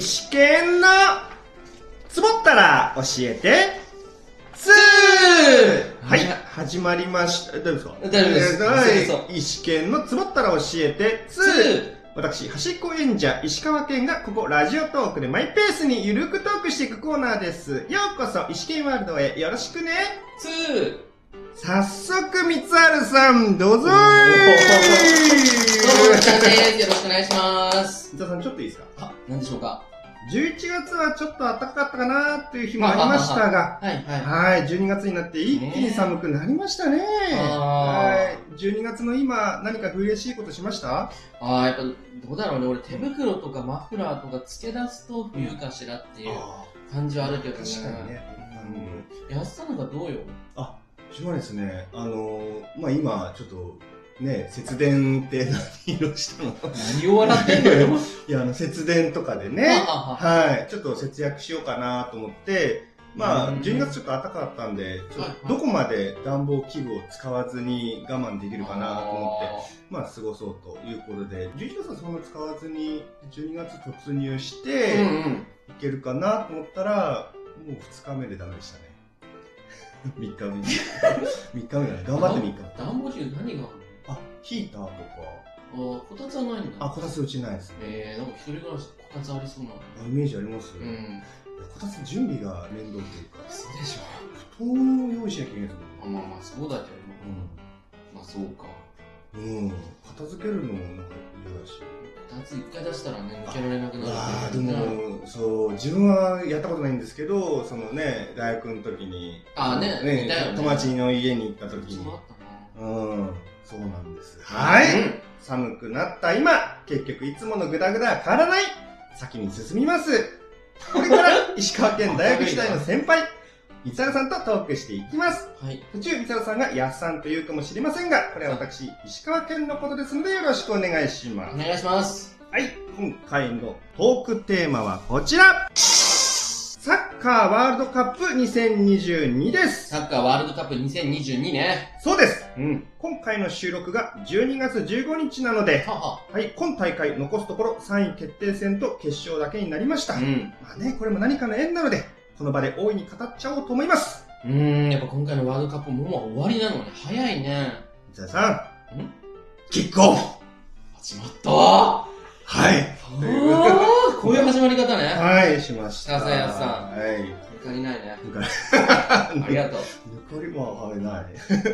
試験のつぼったら教えてツーはい、始まりました。大丈夫ですか大丈夫ですはいそうそう石剣のつぼったら教えてツーー私、端っこ演者、石川県がここ、ラジオトークでマイペースにゆるくトークしていくコーナーです。ようこそ、石剣ワールドへよろしくね。ツー早速、三春さん、どうぞーおーどうも、みっちゃんです。よろしくお願いします。三田さん、ちょっといいですかあ、なんでしょうか11月はちょっと暖かかったかなーっていう日もありましたが、はい、はい。はい、12月になって一気に寒くなりましたね。はあい、12月の今、何か嬉しいことしましたあー、やっぱ、どうだろうね。俺、手袋とかマフラーとか付け出すと冬かしらっていうあ感じはあるけどね。確かにね。うんうん。安さんなんかどうよ私はですね、あのーまあ、今、ちょっと、ね、節電って何色したの 何を笑ってんのよ。いや、あの、節電とかであね、ああはい、ちょっと節約しようかなと思って、まうあ、ん12月ちょっと暖かかったんで、ちょっとどこまで暖房器具を使わずに我慢できるかなと思って、まあ、過ごそうということで、11月はそんな使わずに、12月突入しあて、ーうんうん。いけるかなと思ったら、もう2日目でダメでしたね。3日目に。3日目だね。頑張って3日目。暖房中何があるのあ、ヒーターとか。あー、こたつはないんだ。あ、こたつうちないですね。えー、なんか一人暮らし、こたつありそうな。あイメージあります、ういやん。こたつ準備が面倒というか、そうでしょ。布団を用意しなきゃいけないとあ思まあまあ、そうだけど。う。まあ、そうか。うん。うん。片付けるのもなんか嫌だし。こたつ一回出したらね、抜けられなくなるあーけでどねも、そう、自分はやったことないんですけど、そのね、大学の時に、あーねいたよね友達の家に行った時そうにだ、ったな。うん、そうなんです。はい、うん寒くなった今、結局いつものグダグダは変わらない先に進みますこれ から石川県大学時代の先輩、三沢さんとトークしていきます。はい。途中、三沢さんがやっさんというかもしれませんが、これは私、石川県のことですのでよろしくお願いしまおす。願いします。はい、今回のトークテーマはこちらサッカーワールドカップ2022ですサッカーワールドカップ2022ね。そうですうん。今回の収録が12月15日なので、はは。はい、今大会残すところ3位決定戦と決勝だけになりました。うん。まあね、これも何かの縁なので、この場で大いに語っちゃおうと思います。うーん、やっぱ今回のワールドカップももう終わりなのね。早いね。三田さん、んキックオフ始まったあはいーこういう始まり方ね。はい、しました。さすがやっさん。はい。抜かりないね。抜かりありがと 抜かりは、はい、ない。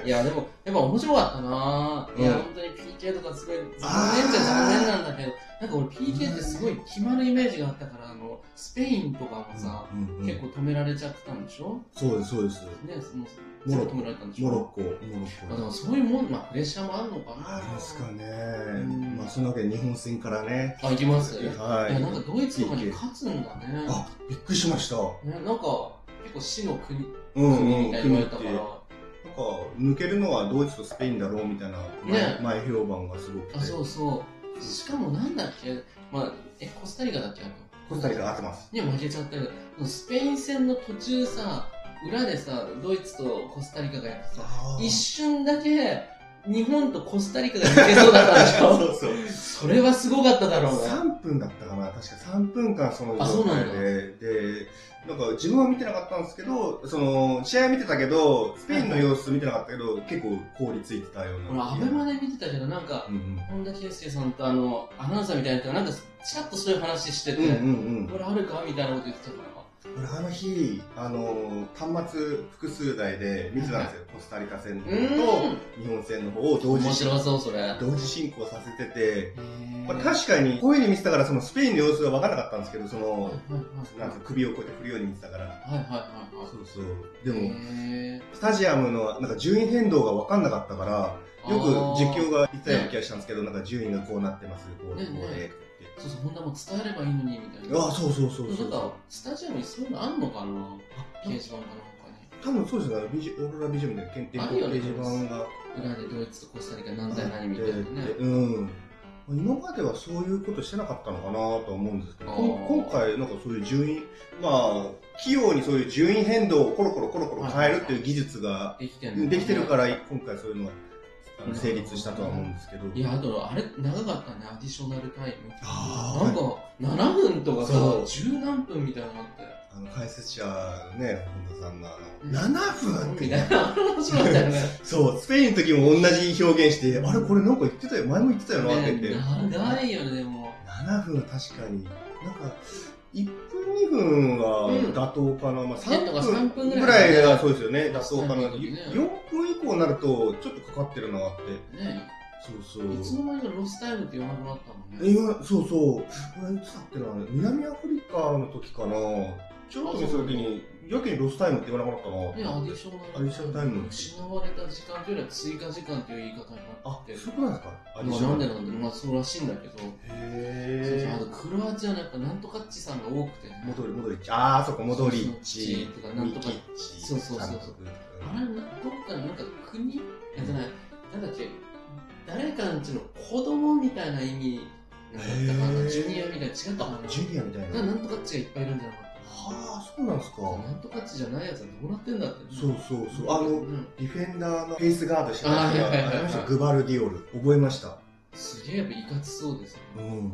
う。いや、でも、やっぱ面白かったなうんいや、本当に PK とかすごい、残念っちあーゃ残念なんだけど、なんか俺 PK ってすごい決まるイメージがあったから、あの、スペインとかもさ、うんうん結構止められちゃってたんでしょそうです、そうです。ね、その、すぐモロ止められたんでしょモロッコ、モロまあ、でッコ。もそういうもん、まあ、プレッシャーもあるのかな。ですかねん。まあ、そんなわけで日本戦からね。あ、行きます。いや、なんはかドイツとかに勝つんだね。い。あ、びっくりしました。ねなんか、結構死の国、うん国みたいに言われたから。なんか抜けるのはドイツとスペインだろうみたいなね前,、前評判がすごくてあ、そうそう。しかもなんだっけまあ、え、コスタリカだっけあと。コスタリカ合ってますに負けちゃったけど、スペイン戦の途中さ、裏でさ、ドイツとコスタリカがやってさ、一瞬だけ、日本とコスタリカが抜けそうだったでしょ そうそれはすごかっただろうね。 3分だったかな確か3分間そのあ状態そうなででなんか自分は見てなかったんですけどその試合見てたけどスペインの様子見てなかったけど結構凍りついてたような俺、アベマで見てたけど、なんかう、んうん本田圭佑さんとあのアナウンサーみたいな人がなんかちらっとそういう話してて、うんうんうん、これあるかみたいなこと言ってたか俺あの日あの端末複数台で見てたんですよコスタリカ戦とらうん日本戦の方を同時面進白そうそれへ同時進行させててーまあ、確かに、こういうふうに見てたから、そのスペインの様子が分からなかったんですけど、そはいの、はいはなんいか首をこうやって振るように見てたから。はいはいはいはそうそう。でいも、へスタジアムの、なんか順位変動が分かんなかったから、ーよく実況あが言ってたような気がしたんですけど、なんか順位がこうなってます、こう、こうねで、こうねで。ーそうそう本田も伝えればいいのにみたいなああ、そうそうそうそなんかう。スタジアムにそういうのあんのかな掲示板か多分そうですよね、ビジオーロラビジョンみたいな検定あるよ掲ね示板が。なんかね裏でドイツとコスタリカ何あ対何みたいなねってってうん。今まではそういうことしてなかったのかなとは思うんですけど、こんあー今回なんかそういう順位、まあ、器用にそういう順位変動をコロコロコロコロ変えるっていう技術ができてんのできてるからら、今回そういうのがあの成立したとは思うんですけど。いや、あと、あれ、長かったね、アディショナルタイム。あーなんか、7分とかさそ、う十何分みたいなのあって。あの解説者のね、本田さんが、あうんの、7分ってみ言たっいな、面白かったよね。 て、そう、スペインの時も同じ表現して、あれこれなんか言ってたよ、前も言ってたよなって言って。ね長いよね、でも。 7分は確かに、なんか、1分、2分はうん妥当かな、まあねとか三3分分ぐらいぐらいがそうですよね、妥当かな。三分ね4分以降になると、ちょっとかかってるなって。ねそうそいつう。の間にかロスタイムって言わなくなったもんね。いや、そうそう。これいつだっけな、南アフリカの時かな。ちょっと見た時に、やけにロスタイムって言わなかったな。ね、アディショナルアディショナルタイム失われた時間というよりは追加時間という言い方になあっ、てる。そうなんですかアディまあショナルなんでなんだろう、まあそうらしいんだけど。そうそうあへとクロアチアなんかなんとかっちさんが多くてね。ー。モドリ、モドリッチ。あー、そこ、モドリッチそうそうモドリッチとかなんとかミキッチそうそうそう監督あれ、どっかのなんか国いやじゃない、なんだっけ、誰かんちの子供みたいな意味だったかへな、ージュニアみたいな、違ったかあな。ジュニアみたいなな。なんとかっちがいっぱいいるんじゃなかっはあ、そうなんですか。たなんとかっちじゃないやつはどうなってんだって。そうそうそう。あうの、んディフェンダーのフェイスガードしてたあー人はいはいはいはいが、ありましたグバルディオル。覚えました。すげえやっぱいかつそうですね。うん。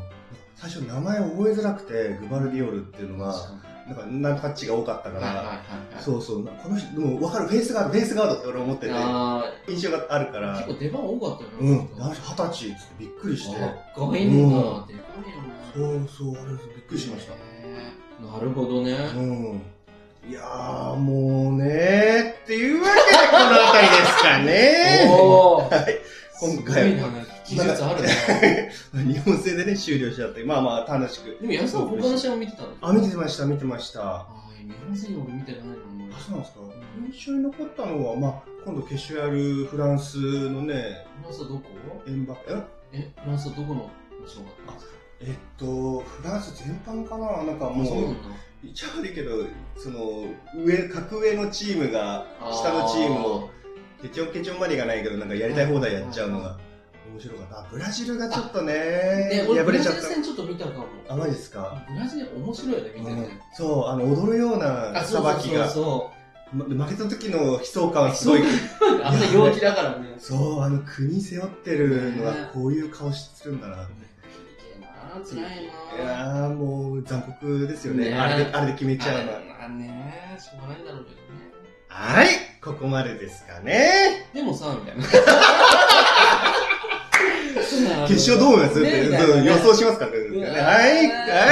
最初名前覚えづらくて、グバルディオルっていうの確が、かになんか、なんタッチが多かったかはいはいら、はいはい。そうそう、なこの人、でも分かる、フェイスガード、フェイスガードって俺思ってて、あ印象があるかーら結、構出番多かったようん、ね。あの人二十歳っつってびっくりして、かっこいいんだな、でかいよね。そうそう、あれびっくりしました。へーなるほどね。うん。いやー、もうねー、っていうわけで、この辺りですかねおお。今回すごいな技術あるね。 日本戦でね、終了しちゃって、まあまあ楽しく。でも、安さん他の試合も見てたのあ、見てました、見てました。あー日本戦俺見てないのもあ、そうなんですか。印象に残ったのは、まあ、今度決勝やるフランスのね、フランスはどこエンバええ、フランスはどこの場所があったんですかえっと、フランス全般かななんかあそうなもう、んだ。言っちゃ悪いけど、その、上、格上のチームが、下のチームを、ケチョンケチョンまでがないけど、なんかやりたい放題やっちゃうのが面白かった。あブラジルがちょっとねあー。ね、、俺、敗ブれちラジゃっル戦ちょっと見たかも。た。あ、マジですかブラジル面白いよね、見てうんね。そう、あの、踊るようなさあ、そうばそうきそう が、そま負けた時の悲壮感はすごい。う。あんな陽気だからね。そう、あの、国背負ってるのねは、こういう顔してるんだな。あー辛いいなー。やー、もう、残酷ですよね。ねあれで、あれで決めちゃうのは。あねしょうがないんだろうけどね。はい、ここまでですかね。でもさ、みたいな。 決勝どう思いますっねてみたいなね予想しますかってことですよね。うんはい、は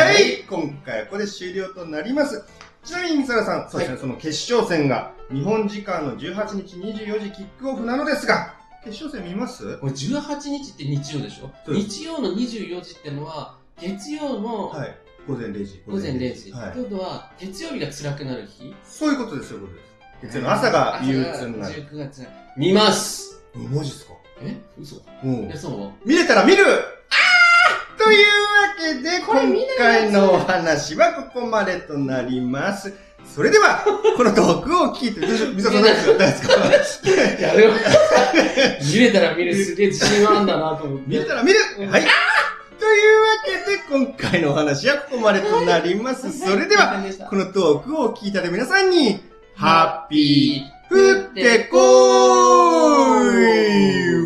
はいい、今回はここで終了となります。ちなみに、ミサラさん、そうですね、その決勝戦が、日本時間の18日24時キックオフなのですが、決勝戦見ますこれ18日って日曜でしょそうです日曜の24時ってのは、月曜のはい、午前0時。午前0時。はいということは、月曜日が辛くなる日そういうことです、そういうことです。月曜の朝が憂鬱にな朝る。が19月。見ますうんマジっすかえ嘘うんえ、。そう見れたら見るあーというこれわけ見で、今れな回いやつのお話はここまでとなります。それで は、このトークを聞いて、どうでしょう水沢さん大丈夫ですか大丈夫ですかやるよ。 見れたら見るすげえ自信があるんだなと思って。見れたら見るはいというわけで、今回のお話はここまでとなります。それでは、はこのトークを聞いたで皆さんに、ハッピー、ー降ってこーい